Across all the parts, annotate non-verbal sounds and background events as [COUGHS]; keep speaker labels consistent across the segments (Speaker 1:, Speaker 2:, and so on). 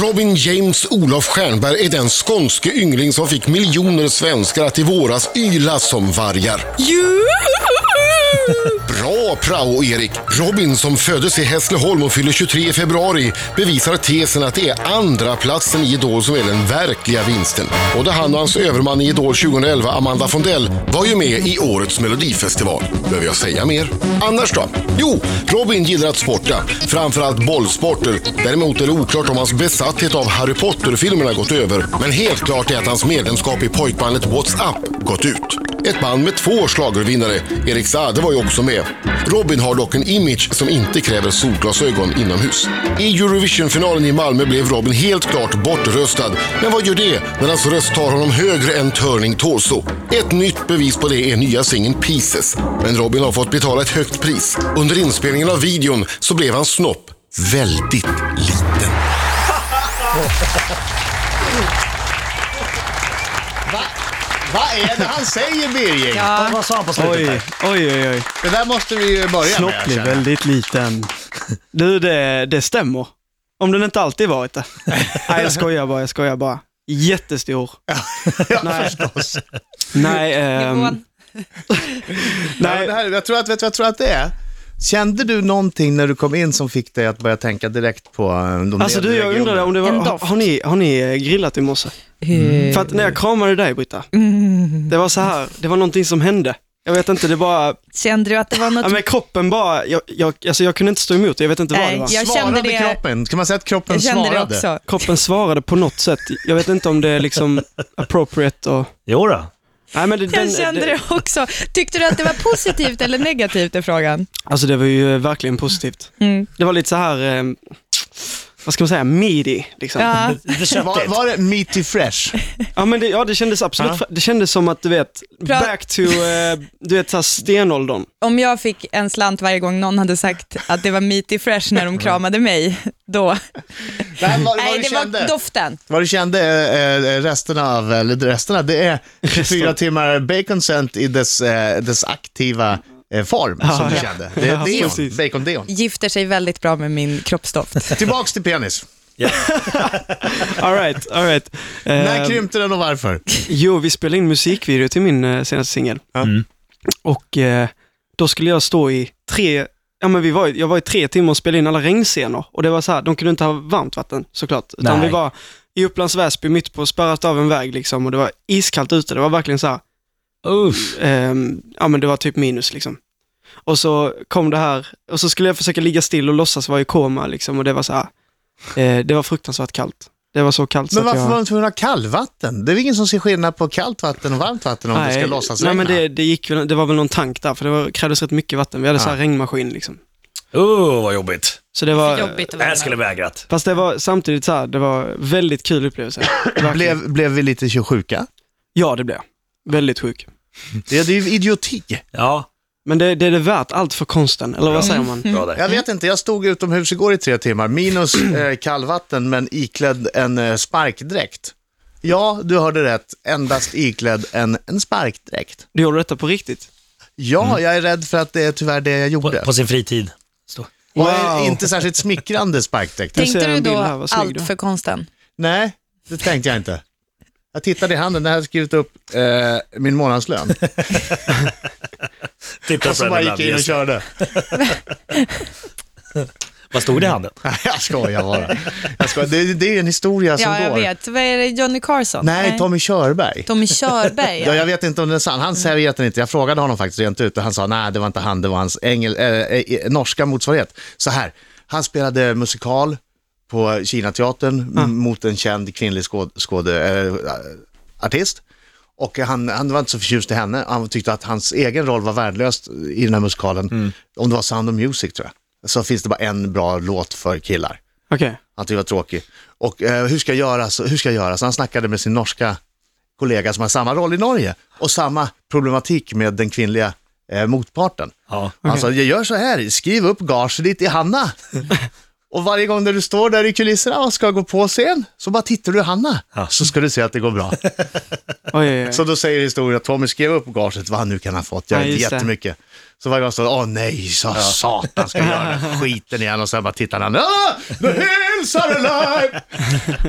Speaker 1: Robin James Olof Stjernberg är den skånske yngling som fick miljoner svenskar att i våras yla som vargar. Bra prao, Erik! Robin, som föddes i Hässleholm och fyller 23 i februari, bevisar tesen att det är andra platsen i Idol som är den verkliga vinsten. Både han och hans överman i Idol 2011, Amanda Fondell, var ju med i årets Melodifestival. Behöver jag säga mer? Annars då? Jo, Robin gillar att sporta, framförallt bollsporter. Däremot är det oklart om hans besatthet av Harry Potter-filmerna gått över. Men helt klart är att hans medlemskap i pojkbandet WhatsApp gått ut. Ett band med två schlagervinnare. Erik Saade var ju också med. Robin har dock en image som inte kräver solglasögon inomhus. I Eurovisionfinalen i Malmö blev Robin helt klart bortröstad. Men vad gör det när hans röst tar honom högre än Turning Torso? Ett nytt bevis på det är nya singeln Pieces. Men Robin har fått betala ett högt pris. Under inspelningen av videon så blev hans snopp väldigt liten.
Speaker 2: Va? Vad är det han säger Birgit?
Speaker 3: Ja.
Speaker 4: Vad sa han på slutet?
Speaker 3: Oj,
Speaker 4: där?
Speaker 3: oj, oj, oj.
Speaker 2: Det där måste vi ju börja
Speaker 3: Snopp
Speaker 2: med.
Speaker 3: blir
Speaker 2: jag känner.
Speaker 3: väldigt liten. Du, det, det stämmer. Om den inte alltid varit
Speaker 2: [LAUGHS]
Speaker 3: det. Nej, jag skojar bara, jag skojar bara. Jättestor.
Speaker 2: [LAUGHS] Ja,
Speaker 3: Nej.
Speaker 2: förstås.
Speaker 3: Nej, ehm,
Speaker 4: Nivån.
Speaker 2: Ja, men
Speaker 3: [LAUGHS] nej,
Speaker 2: det här, jag, tror att, vet du vad jag tror att det är. Kände du någonting när du kom in som fick dig att börja tänka direkt på eh, de
Speaker 3: Alltså du,
Speaker 2: nedre
Speaker 3: jag undrade
Speaker 2: regionerna?
Speaker 3: om det var,
Speaker 4: En
Speaker 3: har,
Speaker 4: doft.
Speaker 3: har, ni, har ni eh, grillat i morse? För att när jag kramade dig Britta,
Speaker 4: Mm.
Speaker 3: det var så här, det var någonting som hände. Jag vet inte, det bara,
Speaker 4: Kände du att det var
Speaker 3: ja,
Speaker 4: något...
Speaker 3: men kroppen bara, jag, jag, alltså jag kunde inte stå emot det, jag vet inte vad
Speaker 4: Nej,
Speaker 3: det var.
Speaker 4: jag
Speaker 2: Svarade
Speaker 4: kände det-
Speaker 2: kroppen? Kan man säga att kroppen
Speaker 4: Jag kände det
Speaker 2: svarade?
Speaker 4: också.
Speaker 3: Kroppen svarade på något sätt, jag vet inte om det är liksom appropriate och...
Speaker 5: Jo då.
Speaker 3: Nej, men det, den-
Speaker 4: Jag kände det också. Tyckte du att det var positivt eller negativt är frågan?
Speaker 3: Alltså det var ju verkligen positivt.
Speaker 4: Mm.
Speaker 3: Det var lite så här, eh, vad ska man säga, meaty. Liksom. Ja.
Speaker 4: Ja.
Speaker 5: Det
Speaker 2: Var,
Speaker 5: köpte
Speaker 2: var det meaty fresh?
Speaker 3: men det, ja, det kändes absolut,
Speaker 2: Ja.
Speaker 3: det kändes som att du vet,
Speaker 4: Pra-
Speaker 3: back to, eh, du vet så här stenåldern.
Speaker 4: Om jag fick en slant varje gång någon hade sagt att det var meaty fresh när de kramade mig, då...
Speaker 2: Nej, vad, vad
Speaker 4: Nej,
Speaker 2: du
Speaker 4: det
Speaker 2: kände?
Speaker 4: var doften.
Speaker 2: Vad du kände eh, eh, resterna av, eller resterna, det är 24 timmar bacon sent i dess, eh, dess aktiva eh, form som du
Speaker 3: ja.
Speaker 2: kände. Det
Speaker 3: Ja,
Speaker 2: är deon,
Speaker 3: precis.
Speaker 2: bacon-deon.
Speaker 4: Gifter sig väldigt bra med min kroppsdoft.
Speaker 2: Tillbaks till penis.
Speaker 3: All right, all right. Eh,
Speaker 2: När krympte den och varför?
Speaker 3: jo, vi spelade in musikvideo till min eh, senaste singel.
Speaker 5: Mm.
Speaker 3: Och eh, då skulle jag stå i tre, ja men vi var, i- jag var i tre timmar och spelade in alla regnscener. Och det var så här, de kunde inte ha varmt vatten såklart. Utan
Speaker 5: Nej.
Speaker 3: vi var i Upplands Väsby, mitt på, spärrat av en väg liksom. Och det var iskallt ute, det var verkligen så här,
Speaker 5: Uff.
Speaker 3: Ehm, ja men det var typ minus liksom. Och så kom det här, och så skulle jag försöka ligga still och låtsas vara i koma liksom och det var så här, eh, det var fruktansvärt kallt. Det var så kallt
Speaker 2: Men
Speaker 3: så att
Speaker 2: varför
Speaker 3: jag...
Speaker 2: var de tvungna att ha kallvatten? Det är väl ingen som ser skillnad på kallt vatten och varmt vatten om det ska låtsas
Speaker 3: nej,
Speaker 2: regna?
Speaker 3: men det, det, gick, väl- det var väl någon tank där, för det var, krävdes rätt mycket vatten. Vi hade så här
Speaker 2: Ah.
Speaker 3: regnmaskin liksom.
Speaker 5: Oh, vad jobbigt.
Speaker 3: Så det var...
Speaker 4: [LAUGHS] Jobbigt att
Speaker 5: Det här
Speaker 4: vara
Speaker 5: skulle jag vägrat.
Speaker 3: Fast det var samtidigt så här, det var väldigt kul
Speaker 2: [COUGHS]
Speaker 3: upplevelse. Verkligen.
Speaker 2: blev, blev vi lite sjuka?
Speaker 3: Ja, det blev jag. Väldigt sjuk.
Speaker 2: Det, det är ju idioti.
Speaker 5: Ja,
Speaker 3: Men det, det är det värt, allt för konsten, eller vad säger man?
Speaker 5: bra där.
Speaker 2: Jag vet inte, jag stod utomhus igår i tre
Speaker 3: [CLEARS THROAT]
Speaker 2: timmar, minus eh, kallvatten men iklädd en eh, sparkdräkt. Ja, du hörde rätt, endast iklädd en, en sparkdräkt.
Speaker 3: Du gjorde detta på riktigt?
Speaker 2: Ja,
Speaker 3: Mm.
Speaker 2: jag är rädd för att det är tyvärr det jag gjorde.
Speaker 5: På, på sin fritid. Stå.
Speaker 2: Och en
Speaker 3: Wow.
Speaker 2: inte särskilt smickrande sparkdräkt.
Speaker 3: Jag
Speaker 4: Tänkte
Speaker 3: ser en
Speaker 4: du då
Speaker 3: bild här, vad snygg
Speaker 4: allt
Speaker 3: du är.
Speaker 4: för konsten?
Speaker 2: Nej, det tänkte jag inte. Jag tittade i handen, där hade jag skrivit upp eh, min månadslön.
Speaker 5: Titta
Speaker 2: Och
Speaker 3: Alltså,
Speaker 5: på
Speaker 2: så
Speaker 5: den
Speaker 2: bara
Speaker 5: där
Speaker 2: gick jag in och
Speaker 5: just.
Speaker 2: körde.
Speaker 5: Vad stod det i handen?
Speaker 2: Nej, jag skojar bara. Jag skojar. Det, det är en historia som
Speaker 4: Ja, jag
Speaker 2: går.
Speaker 4: vet. Vad är det? Johnny Carson?
Speaker 2: Nej, Tommy Körberg.
Speaker 4: Tommy Körberg,
Speaker 2: Ja,
Speaker 4: ja.
Speaker 2: jag vet inte om den är sann. Han säger att den inte. Jag frågade honom faktiskt rent ut och han sa nej, det var inte han, det var hans engel, eh, eh, norska motsvarighet. Så här, han spelade musikal på Kinateatern m- mot en känd kvinnlig skåd, skåde, eh, artist. Och han, han var inte så förtjust i henne. Han tyckte att hans egen roll var värdelös i den här musikalen. Om det var Sound of Music tror jag. Så finns det bara en bra låt för killar.
Speaker 3: Okej.
Speaker 2: Han tyckte det var tråkig. Och eh, hur ska jag göra? Så, hur ska jag göra? Så han snackade med sin norska kollega som har samma roll i Norge och samma problematik med den kvinnliga eh, motparten.
Speaker 5: Ja.
Speaker 3: [LAUGHS]
Speaker 2: Han sa, jag gör så här, skriv upp gaget ditt i Hanna. Och varje gång när du står där i kulisserna och ska gå på scen, så bara tittar du Hanna,
Speaker 5: Ja.
Speaker 2: så ska du se att det
Speaker 3: [LAUGHS]
Speaker 2: går bra.
Speaker 3: Oj, oj, oj.
Speaker 2: Så då säger historien att Tommy skrev upp gaget, vad han nu kan ha fått, jag
Speaker 3: Ja,
Speaker 2: vet
Speaker 3: just det.
Speaker 2: jättemycket. Så varje gång så, åh nej, så satan ska jag göra den här skiten igen och sen bara tittar han, ah, the hills are alive!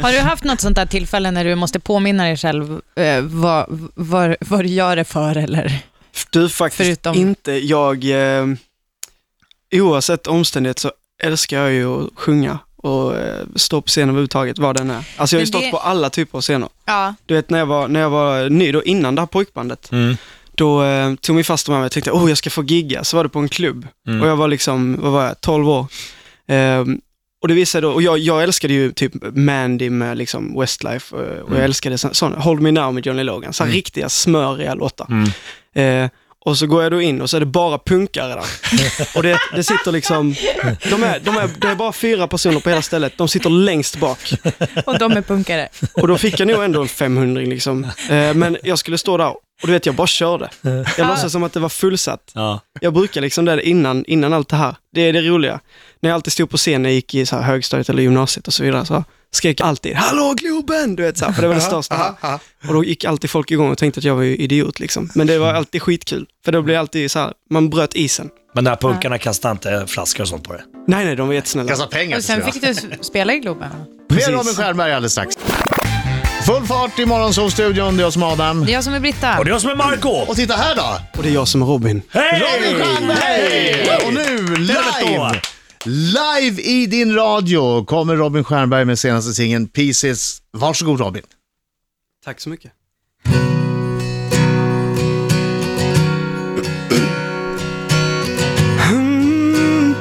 Speaker 6: Har du haft något sånt där tillfälle när du måste påminna dig själv eh, vad, vad, vad du gör det för eller?
Speaker 3: Du faktiskt
Speaker 6: Förutom-
Speaker 3: inte. Jag, eh, oavsett omständighet så älskar jag ju att sjunga och eh, stå på scen överhuvudtaget, vad den är. Alltså jag har ju
Speaker 4: Men
Speaker 3: stått
Speaker 4: det-
Speaker 3: på alla typer av scener.
Speaker 4: Ja.
Speaker 3: Du vet när jag var, när jag var ny då, innan det här pojkbandet,
Speaker 5: Mm.
Speaker 3: då eh, tog min faster med mig och tänkte, oh jag ska få gigga. Så var det på en klubb
Speaker 5: Mm.
Speaker 3: och jag var liksom, vad var jag, 12 år. Ehm, och det visade då, och jag, jag älskade ju typ Mandy med liksom Westlife eh, och
Speaker 5: Mm.
Speaker 3: jag älskade så- sådana, Hold Me Now med Johnny Logan, så här riktiga smöriga låtar.
Speaker 5: Mm.
Speaker 3: Eh, och så går jag då in och så är det bara
Speaker 5: [LAUGHS]
Speaker 3: punkare där. och det, det sitter liksom, de är, de är, det är bara fyra personer på hela stället, de sitter längst bak.
Speaker 4: Och de är
Speaker 6: [LAUGHS]
Speaker 4: punkare.
Speaker 3: Och då fick jag nog ändå en 500 liksom. Eh, men jag skulle stå där och du vet, jag bara körde. Jag låtsades som att det var fullsatt.
Speaker 5: Ja.
Speaker 3: Jag brukar liksom det innan, innan allt det här. Det är det roliga. När jag alltid stod på scen när jag gick i så här högstadiet eller gymnasiet och så vidare, så skrek jag alltid ”Hallå Globen!” Du vet, så här, för det var det största. här. Och då gick alltid folk igång och tänkte att jag var ju idiot liksom. Men det var alltid skitkul, för då blev det alltid så här, man bröt isen.
Speaker 5: Men de här punkarna kastar inte flaskor och sånt på det.
Speaker 3: Nej, nej, de var jättesnälla.
Speaker 2: Kasta pengar
Speaker 6: Och sen fick du s- spela i Globen. va?
Speaker 2: Mer Robin Stjernberg alldeles strax. Full fart i Morgonzoo-studion, det är jag som är Adam.
Speaker 6: Det är jag som är Britta.
Speaker 5: Och det är jag som är Marco
Speaker 2: Och titta här då!
Speaker 3: Och det är jag som är Robin.
Speaker 5: Hej!
Speaker 2: Robin Stjernberg! Och nu
Speaker 5: Livet då!
Speaker 2: live! Live i din radio kommer Robin Stjernberg med senaste singeln Pieces. Varsågod Robin.
Speaker 3: Tack så mycket. Hmm.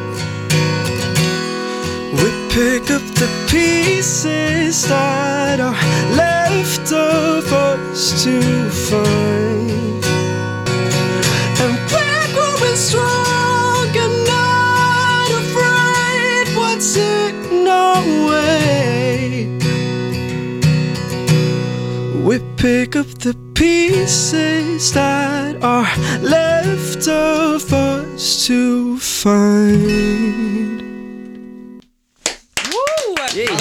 Speaker 3: We pick up the pieces that are left of us to find. And we're growing strong and not afraid what's in our way. We pick up the pieces that are left of us to find.
Speaker 6: Vilken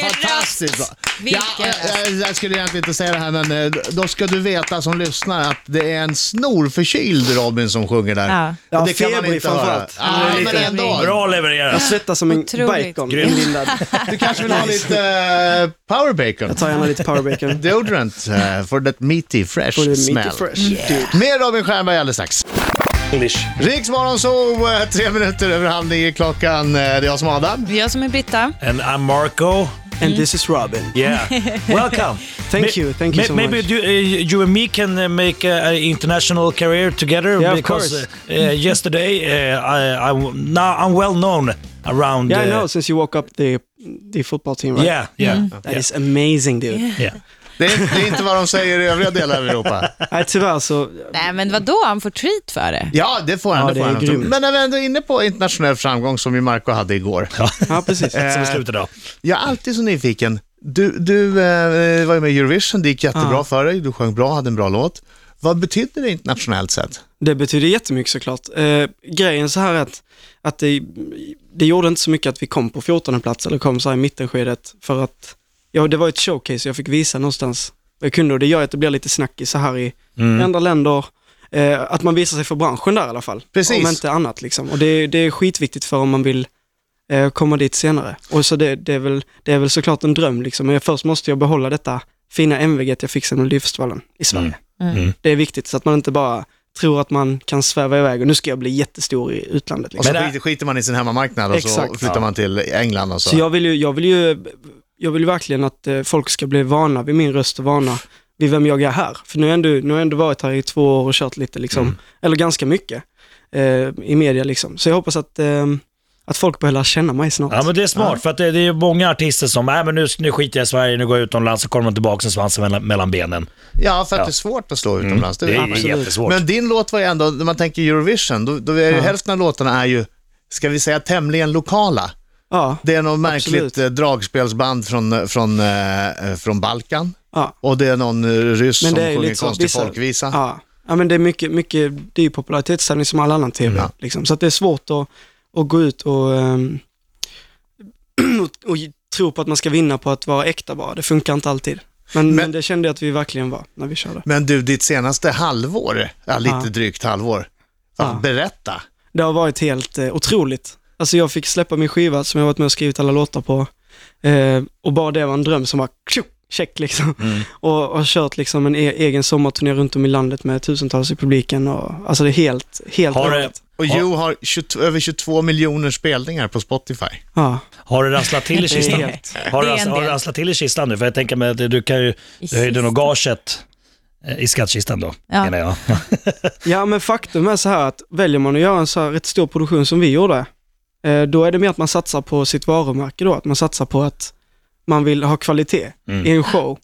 Speaker 2: Fantastiskt bra.
Speaker 6: röst!
Speaker 2: Ja, eh,
Speaker 6: Vilken röst!
Speaker 2: jag, jag skulle egentligen inte säga det här, men eh, då ska du veta som lyssnar att det är en snorförkyld Robin som sjunger där.
Speaker 6: Ja.
Speaker 3: Ja,
Speaker 2: det kan man
Speaker 3: febrig
Speaker 2: inte höra.
Speaker 3: framförallt.
Speaker 2: Ah,
Speaker 6: Det är
Speaker 2: men
Speaker 6: lite-
Speaker 2: ändå.
Speaker 5: Bra levererat.
Speaker 3: Svettas som en
Speaker 6: Otroligt.
Speaker 3: bacon. Mm.
Speaker 5: Grym.
Speaker 3: inlindad.
Speaker 2: Du kanske vill ha lite eh, power bacon?
Speaker 3: Jag tar gärna lite power
Speaker 2: [LAUGHS]
Speaker 3: bacon.
Speaker 2: Deodorant eh, for that meaty fresh
Speaker 3: Både meaty
Speaker 2: smell.
Speaker 3: fresh. Dude.
Speaker 2: Mer Robin Stjernberg alldeles strax.
Speaker 5: English.
Speaker 2: Riksmorgon så eh, tre minuter över halv nio klockan. Eh, Det är jag som är Adam.
Speaker 6: Det är jag som är Britta.
Speaker 5: And I'm Marco.
Speaker 3: And this is Robin.
Speaker 5: Yeah.
Speaker 3: [LAUGHS]
Speaker 5: Welcome.
Speaker 3: Thank you, thank you
Speaker 5: May-
Speaker 3: so
Speaker 5: maybe
Speaker 3: much.
Speaker 5: you, uh, you and me can uh, make an international career together.
Speaker 3: Yeah, of
Speaker 5: because,
Speaker 3: course.
Speaker 5: Uh, uh, yesterday, uh, I, I w- now I'm well known around.
Speaker 3: Yeah, I
Speaker 5: uh,
Speaker 3: know, since you woke up the, the football team, right?
Speaker 5: Yeah, yeah,
Speaker 6: Mm.
Speaker 3: That is amazing, dude.
Speaker 5: yeah.
Speaker 2: Det är, det är inte vad de säger i övriga delar av Europa.
Speaker 3: Nej, Äh, tyvärr så...
Speaker 6: Nej men vadå, han får treat för det.
Speaker 2: Ja, det får han.
Speaker 3: Ja,
Speaker 2: det
Speaker 3: det
Speaker 2: får
Speaker 3: är
Speaker 2: han.
Speaker 3: grymt.
Speaker 2: Men när vi ändå är inne på internationell framgång som ju Marco hade igår. Eh,
Speaker 3: Ja,
Speaker 2: [LAUGHS]
Speaker 3: precis.
Speaker 5: Som vi slutade av.
Speaker 2: Jag är alltid så nyfiken. Du, du eh, var ju med i Eurovision, det gick jättebra
Speaker 3: Ah.
Speaker 2: för dig. Du sjöng bra, hade en bra låt. Vad betyder det internationellt sett?
Speaker 3: Det betyder jättemycket såklart. Eh, grejen så här är att, att det, det gjorde inte så mycket att vi kom på 14 plats eller kom så här i mittenskedet för att ja, det var ett showcase jag fick visa någonstans vad jag kunde och det gör att det blir lite snackis så här i andra länder. Eh, att man visar sig för branschen där i alla fall.
Speaker 2: Precis.
Speaker 3: Om inte annat liksom. Och det, det är skitviktigt för om man vill eh, komma dit senare. Och så det, det, är väl, det är väl såklart en dröm liksom. Men jag- först måste jag behålla detta fina MVG jag fick sen Melodifestivalen i Sverige. Det är viktigt så att man inte bara tror att man kan sväva iväg och nu ska jag bli jättestor i utlandet.
Speaker 2: Och
Speaker 3: Liksom.
Speaker 2: så
Speaker 5: Men det-
Speaker 2: skiter, skiter man i sin hemmamarknad och så
Speaker 3: Exakt.
Speaker 2: flyttar man till England och så.
Speaker 3: Så jag vill ju, jag vill ju, jag vill ju verkligen att eh, folk ska bli vana vid min röst och vana vid vem jag är här. För nu har jag ändå, nu har jag ändå varit här i två år och kört lite, liksom, eller ganska mycket eh, i media. Liksom. Så jag hoppas att, eh, att folk börjar lära känna mig snart.
Speaker 5: Ja men det är smart, för att det, det är ju många artister som, nej men nu, nu skiter jag i Sverige, nu går jag utomlands, så kommer de tillbaka med svansen mellan, mellan benen.
Speaker 2: Ja, för att
Speaker 5: Ja.
Speaker 2: det är svårt att slå utomlands.
Speaker 5: Det
Speaker 2: vet
Speaker 5: är
Speaker 2: man.
Speaker 5: jättesvårt.
Speaker 2: Men din låt var ju ändå, när man tänker Eurovision, då, då är ju hälften av låtarna är ju, ska vi säga tämligen lokala.
Speaker 3: Ja,
Speaker 2: Det är något märkligt
Speaker 3: Absolut.
Speaker 2: eh, dragspelsband från, från, eh, från Balkan
Speaker 3: ja.
Speaker 2: och det är någon eh, ryss som sjunger konstig
Speaker 3: vissa-
Speaker 2: folkvisa.
Speaker 3: Ja. ja, men det är mycket, mycket det är ju popularitetstävling som all annan tv. Liksom. Så att det är svårt att, att gå ut och ehm, [CLEARS THROAT] och, och tro på att man ska vinna på att vara äkta bara. Det funkar inte alltid. Men, men, det kände jag att vi verkligen var när vi körde.
Speaker 2: Men du, ditt senaste halvår, ja, lite
Speaker 3: Ja.
Speaker 2: drygt halvår, ja,
Speaker 3: Ja.
Speaker 2: berätta.
Speaker 3: Det har varit helt eh, otroligt. Alltså jag fick släppa min skiva som jag varit med och skrivit alla låtar på. Eh, och bara det var en dröm som var check liksom.
Speaker 5: Mm.
Speaker 3: [LAUGHS] Och, och har kört liksom en e- egen sommarturné runt om i landet med tusentals i publiken. Och, alltså det är helt, helt
Speaker 5: Har det,
Speaker 3: galet.
Speaker 2: Och
Speaker 5: Ja.
Speaker 2: Joe har 22, över 22 miljoner spelningar på Spotify.
Speaker 3: Ja,
Speaker 5: har det rasslat till i
Speaker 3: det är
Speaker 5: kistan?
Speaker 3: helt.
Speaker 5: Har
Speaker 6: Det
Speaker 5: det,
Speaker 6: är
Speaker 5: rass,
Speaker 6: en
Speaker 5: har det
Speaker 6: del.
Speaker 5: rasslat till i kistan nu? För jag tänker mig att du kan ju, du höjde nog gaget eh, i skattkistan då,
Speaker 6: [LAUGHS] Ja.
Speaker 5: menar jag.
Speaker 3: Ja, men faktum är så här att väljer man att göra en så här rätt stor produktion som vi gjorde, eh, då är det mer att man satsar på sitt varumärke då, att man satsar på att man vill ha kvalitet
Speaker 5: Mm.
Speaker 3: i en show.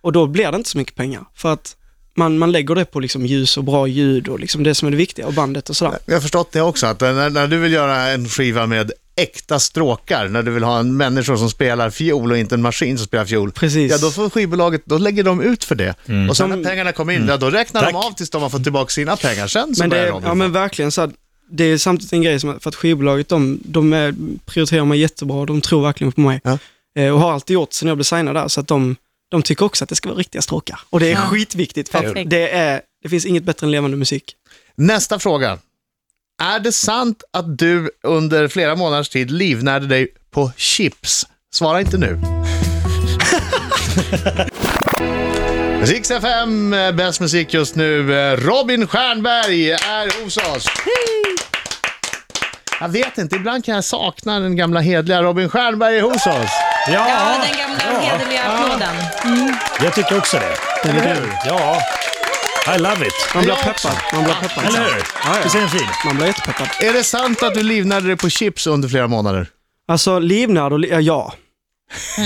Speaker 3: Och då blir det inte så mycket pengar, för att man, man lägger det på liksom ljus och bra ljud och liksom det som är det viktiga och bandet och sådär.
Speaker 2: Jag har förstått det också, att när, när du vill göra en skiva med äkta stråkar, när du vill ha en människa som spelar fiol och inte en maskin som spelar fiol,
Speaker 3: Precis.
Speaker 2: ja då får skivbolaget, då lägger de ut för det. Och sen när
Speaker 3: Mm.
Speaker 2: pengarna kommer in, ja, då räknar
Speaker 5: Tack.
Speaker 2: de av tills de har fått tillbaka sina pengar. Sen så
Speaker 3: men det,
Speaker 2: börjar
Speaker 3: är-
Speaker 2: de.
Speaker 3: ja, men verkligen så här, det är samtidigt en grej som, för att skivbolaget, de, de är, prioriterar mig jättebra och de tror verkligen på mig.
Speaker 2: Ja.
Speaker 3: Eh, och har alltid gjort sen jag blev signad där, så att de, de tycker också att det ska vara riktiga stråkar. Och det är
Speaker 6: Ja.
Speaker 3: skitviktigt, för att
Speaker 6: Perfekt.
Speaker 3: det, är, det finns inget bättre än levande musik.
Speaker 2: Nästa fråga. Är det sant att du under flera månaders tid livnärde dig på chips? Svara inte nu. [LAUGHS] Rix FM, eh, bäst musik just nu. Eh, Robin Stjernberg är hos oss. Jag vet inte, ibland kan jag sakna den gamla hedliga Robin Stjernberg är hos oss.
Speaker 6: Ja, den gamla hederliga applåden.
Speaker 5: jag tycker också det.
Speaker 2: Eller hur?
Speaker 5: Ja, I love it.
Speaker 3: Man blir
Speaker 2: Jag också.
Speaker 3: peppad, man blir peppad.
Speaker 5: Eller hur?
Speaker 3: ja.
Speaker 5: Visst är den fin?
Speaker 3: Man blir jättepeppad.
Speaker 2: Är det sant att du livnärde dig på chips under flera månader?
Speaker 3: Alltså livnärd och li- ja, ja.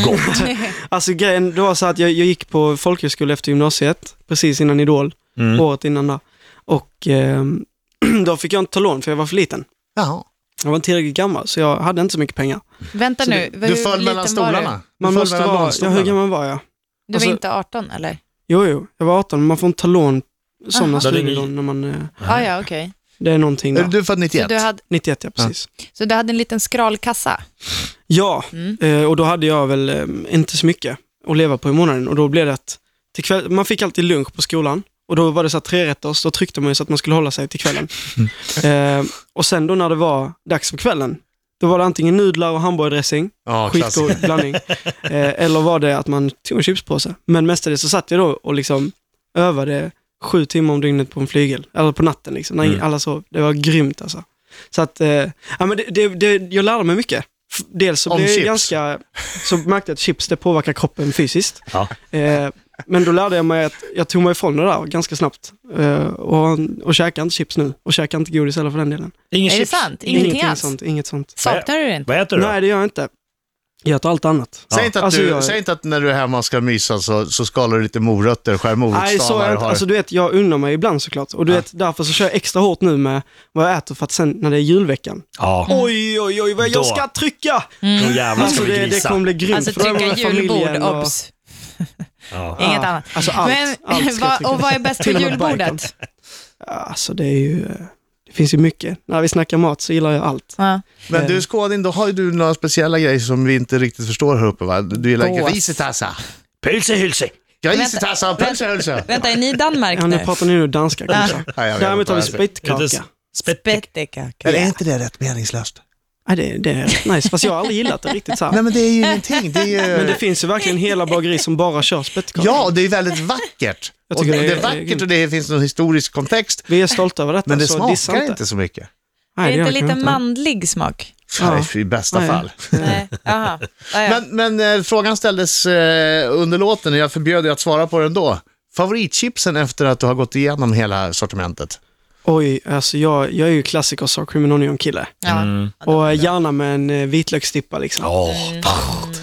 Speaker 3: Gott. [LAUGHS] alltså grejen, det var så att jag, jag gick på folkhögskola efter gymnasiet, precis innan Idol,
Speaker 2: Mm.
Speaker 3: året innan där. Och ehm, [CLEARS THROAT] då fick jag inte ta lån för jag var för liten.
Speaker 2: Jaha.
Speaker 3: Jag var inte tillräckligt gammal, så jag hade inte så mycket pengar.
Speaker 6: Vänta
Speaker 3: Så
Speaker 6: nu,
Speaker 3: du-
Speaker 6: hur
Speaker 2: Du föll
Speaker 6: liten var
Speaker 2: mellan stolarna. Du
Speaker 3: Man
Speaker 2: föll
Speaker 3: måste
Speaker 2: mellan
Speaker 3: vara, ja,
Speaker 2: barnstolarna.
Speaker 3: hur gammal var jag?
Speaker 6: Du var
Speaker 3: Alltså-
Speaker 6: inte 18 eller?
Speaker 3: Jo, jo, jag var 18, men man får inte ta lån,
Speaker 6: Aha.
Speaker 3: sådana
Speaker 5: Då är det ingen-
Speaker 3: studielån när man, eh,
Speaker 6: Ah, ja, okej.
Speaker 3: det är någonting
Speaker 2: Är
Speaker 3: där.
Speaker 2: du född 91?
Speaker 6: Så du, hade,
Speaker 3: 91, ja precis.
Speaker 6: så du hade en liten skral kassa?
Speaker 3: Ja,
Speaker 6: Mm.
Speaker 3: eh, och då hade jag väl eh, inte så mycket att leva på i månaden och då blev det att till kväll, man fick alltid lunch på skolan och då var det så här trerätters, då tryckte man ju så att man skulle hålla sig till kvällen. eh, och sen då när det var dags för kvällen, då var det antingen nudlar och hamburgardressing,
Speaker 2: Ja, klassiker.
Speaker 3: skitgod
Speaker 2: [LAUGHS]
Speaker 3: blandning, eh, eller var det att man tog en chipspåse. Men mestadels så satt jag då och liksom övade sju timmar om dygnet på en flygel, eller på natten liksom, när
Speaker 2: Mm.
Speaker 3: alla sov. Det var grymt alltså. Så att, eh, ja men det, det, det, jag lärde mig mycket. F- Dels så
Speaker 2: Om
Speaker 3: blev jag
Speaker 2: chips.
Speaker 3: ganska, så märkte jag att chips det påverkar kroppen fysiskt.
Speaker 5: Ja.
Speaker 3: Eh, men då lärde jag mig att jag tog mig ifrån det där ganska snabbt. Eh, och, och käkar inte chips nu, och käkar inte godis heller för den delen.
Speaker 5: Ingen
Speaker 6: Är det
Speaker 5: chips.
Speaker 6: sant? Ingenting, alls?
Speaker 3: sånt, inget sånt.
Speaker 6: Saknar du det inte?
Speaker 5: Vad äter du då?
Speaker 3: Nej, det gör jag inte. Jag äter allt annat.
Speaker 2: Säg, inte att
Speaker 3: Alltså,
Speaker 2: du,
Speaker 3: jag-
Speaker 2: säg inte att när du är hemma och ska mysa så, så skalar du lite morötter, skär
Speaker 3: Nej, så är
Speaker 2: morotstavar.
Speaker 3: jag
Speaker 2: och
Speaker 3: inte.
Speaker 2: har-
Speaker 3: Alltså du vet, jag unnar mig ibland såklart. Och du vet, därför så kör jag extra hårt nu med vad jag äter för att sen när det är julveckan.
Speaker 2: Mm.
Speaker 5: Ja,
Speaker 3: Oj, oj, oj, vad
Speaker 5: Då.
Speaker 3: jag ska trycka!
Speaker 5: då jävlar ska
Speaker 3: Alltså
Speaker 5: vi
Speaker 3: det, det
Speaker 5: grisa.
Speaker 3: kommer bli grymt.
Speaker 6: Mm. Alltså
Speaker 3: för då är man
Speaker 6: trycka
Speaker 3: med familjen
Speaker 6: julbord,
Speaker 3: och-
Speaker 6: obs.
Speaker 5: Ja.
Speaker 3: Ja,
Speaker 6: Inget annat.
Speaker 3: Alltså allt.
Speaker 6: Men,
Speaker 3: allt ska jag
Speaker 6: [LAUGHS] vad,
Speaker 3: trycka.
Speaker 6: och vad är bäst på
Speaker 3: Till och med bacon.
Speaker 6: julbordet?
Speaker 3: Alltså det är ju, eh, det finns ju mycket. När vi snackar mat så gillar jag allt.
Speaker 6: Ja.
Speaker 2: Men du skådin, då har ju du några speciella grejer som vi inte riktigt förstår här uppe va? Du gillar
Speaker 6: Gås.
Speaker 2: grisitassa.
Speaker 5: Pylse hylse.
Speaker 6: Mm.
Speaker 2: Grisitassa, pölsehölse.
Speaker 4: Vänta, är ni i Danmark
Speaker 3: Ja, nu
Speaker 4: nu?
Speaker 3: pratar ni nu danska kanske. Däremot har vi
Speaker 5: Är det s-
Speaker 3: spettkaka.
Speaker 5: Spett.
Speaker 4: Spettekaka.
Speaker 2: Eller är inte det rätt meningslöst?
Speaker 3: Ja, det, det är nice, fast jag har aldrig gillat det riktigt så
Speaker 2: Nej
Speaker 3: här.
Speaker 2: men det är ju ingenting. Det [LAUGHS] är ju...
Speaker 3: Men det finns ju verkligen hela bageri som bara kör spettkaka.
Speaker 2: Ja, och det är väldigt vackert.
Speaker 3: Jag
Speaker 2: Och
Speaker 3: tycker
Speaker 2: det,
Speaker 3: det är-
Speaker 2: det är vackert och det finns någon historisk kontext.
Speaker 3: Vi är stolta över detta,
Speaker 2: Men det
Speaker 3: så dissa
Speaker 2: smakar
Speaker 3: inte.
Speaker 2: inte så mycket.
Speaker 3: Nej,
Speaker 6: Är det
Speaker 3: gör
Speaker 6: inte
Speaker 3: jag
Speaker 6: lite
Speaker 3: kanske
Speaker 6: mandlig smak?
Speaker 3: Ja.
Speaker 2: Nej, I bästa
Speaker 3: Nej.
Speaker 2: fall.
Speaker 6: Nej, jaha. Ja, ja.
Speaker 2: Men, men eh, frågan ställdes eh, under låten och jag förbjöd dig att svara på den då. Favoritchipsen efter att du har gått igenom hela sortimentet?
Speaker 3: Oj, alltså jag, jag är ju klassiker Sour Cream and Onion kille.
Speaker 6: Ja.
Speaker 3: Och eh, gärna med en eh, vitlöksdippa liksom.
Speaker 5: Åh, fan,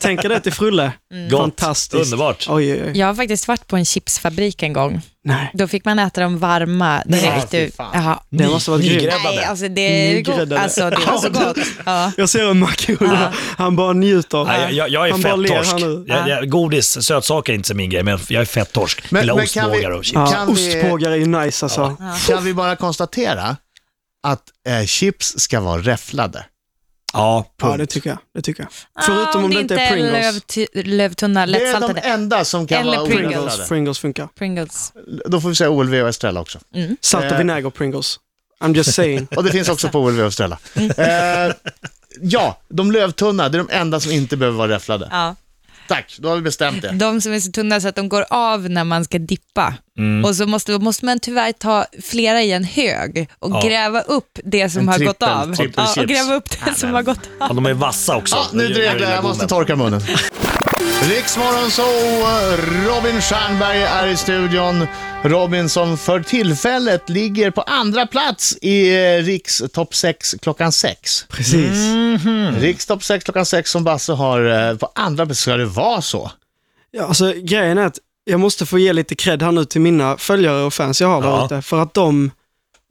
Speaker 3: Tänk dig det till
Speaker 6: [LAUGHS]
Speaker 3: frulle.
Speaker 6: Mm.
Speaker 5: gott.
Speaker 3: Fantastiskt.
Speaker 5: Underbart.
Speaker 3: Oj, oj, oj.
Speaker 6: Jag har faktiskt varit på en chipsfabrik en gång.
Speaker 3: Nej,
Speaker 6: Då fick man äta dem varma direkt
Speaker 2: fy
Speaker 6: ut.
Speaker 2: fan.
Speaker 6: Jaha.
Speaker 3: det måste ha varit grymt.
Speaker 5: Nygräddade.
Speaker 6: Nej, alltså det är gott.
Speaker 3: Nygräddade.
Speaker 6: Alltså det var så gott. Ja.
Speaker 3: Jag ser hur Macke ah. han bara njuter.
Speaker 5: Nej, jag, jag är
Speaker 3: han bara
Speaker 5: fett
Speaker 3: ler
Speaker 5: torsk.
Speaker 3: här nu.
Speaker 5: Jag, jag, godis, sötsaker är inte så min grej, men jag är fett torsk.
Speaker 2: Men-
Speaker 5: Gillar
Speaker 2: men kan vi-
Speaker 5: ostbågar och chips.
Speaker 3: Ja,
Speaker 2: Kan vi-
Speaker 3: Ostbågar är ju nice alltså.
Speaker 2: Kan vi bara konstatera att eh, chips ska vara räfflade?
Speaker 5: Ja,
Speaker 3: Ja,
Speaker 5: punkt.
Speaker 3: det tycker jag. Det tycker jag. Förutom om det inte är Pringles.
Speaker 6: löv, lövtunna,
Speaker 2: Det är de
Speaker 6: lättsaltade.
Speaker 2: enda som kan
Speaker 6: Eller
Speaker 2: vara
Speaker 6: Pringles.
Speaker 2: oreglerade.
Speaker 3: Pringles, Pringles funkar.
Speaker 6: Pringles.
Speaker 2: Då får vi säga OLV och Estrella också.
Speaker 3: Salt
Speaker 2: Eh.
Speaker 3: och vinäger Pringles. I'm just saying.
Speaker 2: Och det finns också på OLV och
Speaker 6: [LAUGHS]
Speaker 2: Estrella. Eh, ja, de lövtunna, det är de enda som inte behöver vara räfflade.
Speaker 6: Ja.
Speaker 2: Tack, då har vi bestämt det.
Speaker 6: De som är så tunna så att de går av när man ska dippa. Och så måste, måste man tyvärr ta flera i en hög och
Speaker 5: Ja.
Speaker 6: gräva upp det som
Speaker 5: En
Speaker 6: har
Speaker 5: trippel-
Speaker 6: gått av. Ja, och
Speaker 5: trippelchips.
Speaker 6: gräva upp det som har gått av.
Speaker 5: Ja, de är vassa också.
Speaker 2: Ja, nu
Speaker 5: Det gör- gör
Speaker 2: dreglar jag,
Speaker 5: illa
Speaker 2: jag måste
Speaker 5: gommen.
Speaker 2: torka munnen. Riksmorgon så Robin Stjernberg är i studion. Robin som för tillfället ligger på andra plats i eh, Riks topp 6 klockan 6.
Speaker 3: Precis. Mm.
Speaker 2: Riks topp 6 klockan 6 som Basse har eh, på andra plats. Ska det vara så?
Speaker 3: Ja, alltså, grejen är att jag måste få ge lite cred här nu till mina följare och fans jag har
Speaker 5: Ja.
Speaker 3: där ute, för att de,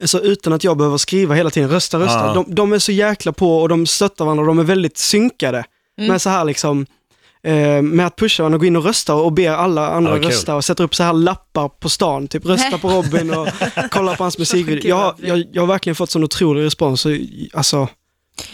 Speaker 3: alltså, utan att jag behöver skriva hela tiden, rösta, rösta,
Speaker 5: Ja.
Speaker 3: de, de är så jäkla på och de stöttar varandra och de är väldigt synkade
Speaker 6: Mm.
Speaker 3: med så här liksom, eh, med att pusha varandra, gå in och rösta och be alla andra
Speaker 5: Ja, kul.
Speaker 3: rösta och sätter upp så här lappar på stan, typ rösta på Robin
Speaker 6: [LAUGHS]
Speaker 3: och kolla på hans musikvideo. Jag, har- jag, jag har verkligen fått sån otrolig respons, så, alltså,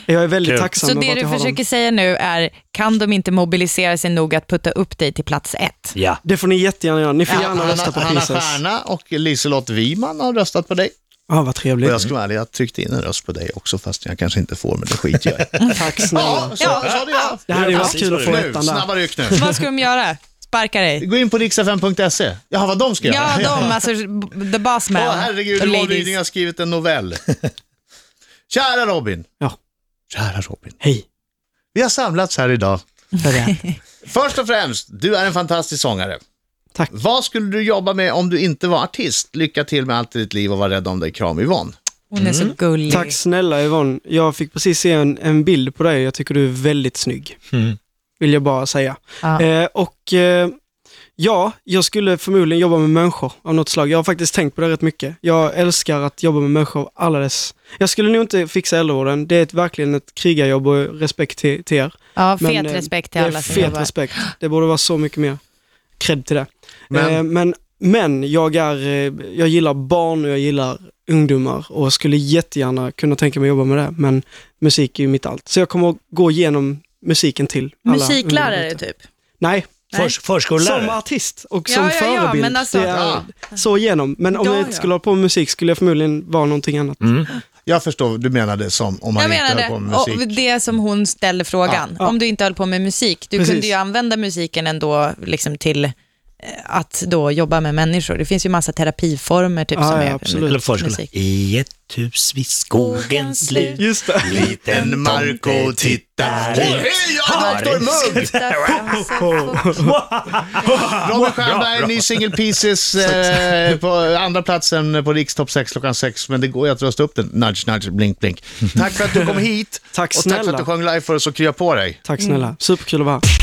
Speaker 3: jag är väldigt
Speaker 5: Kul.
Speaker 3: tacksam
Speaker 6: Så
Speaker 3: över
Speaker 6: det
Speaker 3: att
Speaker 6: du
Speaker 3: jag har
Speaker 6: försöker
Speaker 3: dem.
Speaker 6: säga nu är, kan de inte mobilisera sig nog att putta upp dig till plats ett?
Speaker 5: Ja.
Speaker 3: Det får ni jättegärna göra, ni får gärna
Speaker 2: Hanna,
Speaker 3: rösta på
Speaker 2: Hanna
Speaker 3: Princess.
Speaker 2: Stjärna och Liselott Wiman har röstat på dig.
Speaker 3: Ja, Ah, vad trevligt.
Speaker 2: Och jag ska vara ärlig, jag tryckte in en röst på dig också fast jag kanske inte får, men det skiter
Speaker 3: [LAUGHS]
Speaker 2: jag i.
Speaker 3: Tack snälla.
Speaker 2: Ja, så, så hade jag.
Speaker 3: Det här är ju varit
Speaker 5: precis
Speaker 3: kul
Speaker 5: vad
Speaker 3: att
Speaker 5: det
Speaker 3: få
Speaker 5: är.
Speaker 2: Nu,
Speaker 3: ettan där.
Speaker 2: snabba ryck nu.
Speaker 6: Vad ska de göra? Sparka dig?
Speaker 2: Gå in på riksfm.se. Jaha, vad de ska göra?
Speaker 6: Ja, de, alltså the boss man.
Speaker 2: Åh herregud,
Speaker 6: och
Speaker 2: Yvonne
Speaker 6: ladies.
Speaker 2: Ryding har skrivit en novell. Kära Robin.
Speaker 3: Ja.
Speaker 2: Kära Robin.
Speaker 3: Hej.
Speaker 2: Vi har samlats här idag. [LAUGHS] Först och främst, du är en fantastisk sångare.
Speaker 3: Tack.
Speaker 2: Vad skulle du jobba med om du inte var artist? Lycka till med allt i ditt liv och var rädd om dig. Kram Yvonne.
Speaker 6: Hon är så gullig.
Speaker 3: Tack snälla Yvonne. Jag fick precis se en, en bild på dig. Jag tycker du är väldigt snygg.
Speaker 5: Mm.
Speaker 3: Vill jag bara säga.
Speaker 6: Ja.
Speaker 3: Eh, och eh, ja, jag skulle förmodligen jobba med människor av något slag. Jag har faktiskt tänkt på det rätt mycket. Jag älskar att jobba med människor av alla dess... Jag skulle nog inte fixa äldrevården. Det är ett, verkligen ett krigarjobb och respekt till, till er.
Speaker 6: Ja, fet
Speaker 3: Men, eh,
Speaker 6: respekt
Speaker 3: Det
Speaker 6: till alla
Speaker 3: är
Speaker 6: som
Speaker 3: fet
Speaker 6: jobbar.
Speaker 3: respekt. Det borde vara så mycket mer cred till det.
Speaker 2: Men-
Speaker 3: Men, eh, men, men jag, är, eh, jag gillar barn och jag gillar ungdomar och skulle jättegärna kunna tänka mig att jobba med det. Men musik är ju mitt allt. Så jag kommer att gå igenom musiken till alla ungdomar.
Speaker 4: Musiklärare typ.
Speaker 3: Nej,
Speaker 5: Förs, förskollärare.
Speaker 3: som artist och
Speaker 4: Ja,
Speaker 3: som
Speaker 4: ja, ja,
Speaker 3: förebild.
Speaker 4: men alltså-
Speaker 3: det är
Speaker 2: Ja.
Speaker 3: så igenom. Men om
Speaker 4: Ja,
Speaker 3: jag inte
Speaker 4: ja.
Speaker 3: skulle hålla på med musik skulle jag förmodligen vara någonting annat.
Speaker 2: Jag förstår, du menade som om man
Speaker 6: Jag
Speaker 2: inte
Speaker 6: menar
Speaker 2: höll
Speaker 6: det.
Speaker 2: på med musik.
Speaker 6: Och det som hon ställde frågan.
Speaker 3: Ja, ja.
Speaker 6: Om du inte höll på med musik, du
Speaker 3: Precis.
Speaker 6: kunde ju använda musiken ändå liksom till eh, att då jobba med människor. Det finns ju massa terapiformer typ,
Speaker 3: Ja,
Speaker 6: som
Speaker 3: ja,
Speaker 6: är
Speaker 3: absolut.
Speaker 5: Eller förskollärare.
Speaker 6: musik.
Speaker 5: I ett hus vid skogens slut.
Speaker 3: Just det.
Speaker 2: Liten Marco tittar
Speaker 5: ut.
Speaker 2: jag är Dr. Mugg! Robin Stjernberg, ny singel [LAUGHS] Pieces eh, på andra platsen på Rikstopp 6 klockan 6. Men det går ju att rösta upp den. Nudge, nudge, blink, blink. [LAUGHS] Tack för att du kom hit.
Speaker 3: Tack
Speaker 2: Och tack för
Speaker 3: snälla.
Speaker 2: att du sjöng live för oss och krya på dig.
Speaker 4: Mm.
Speaker 3: Tack snälla. Superkul att vara här.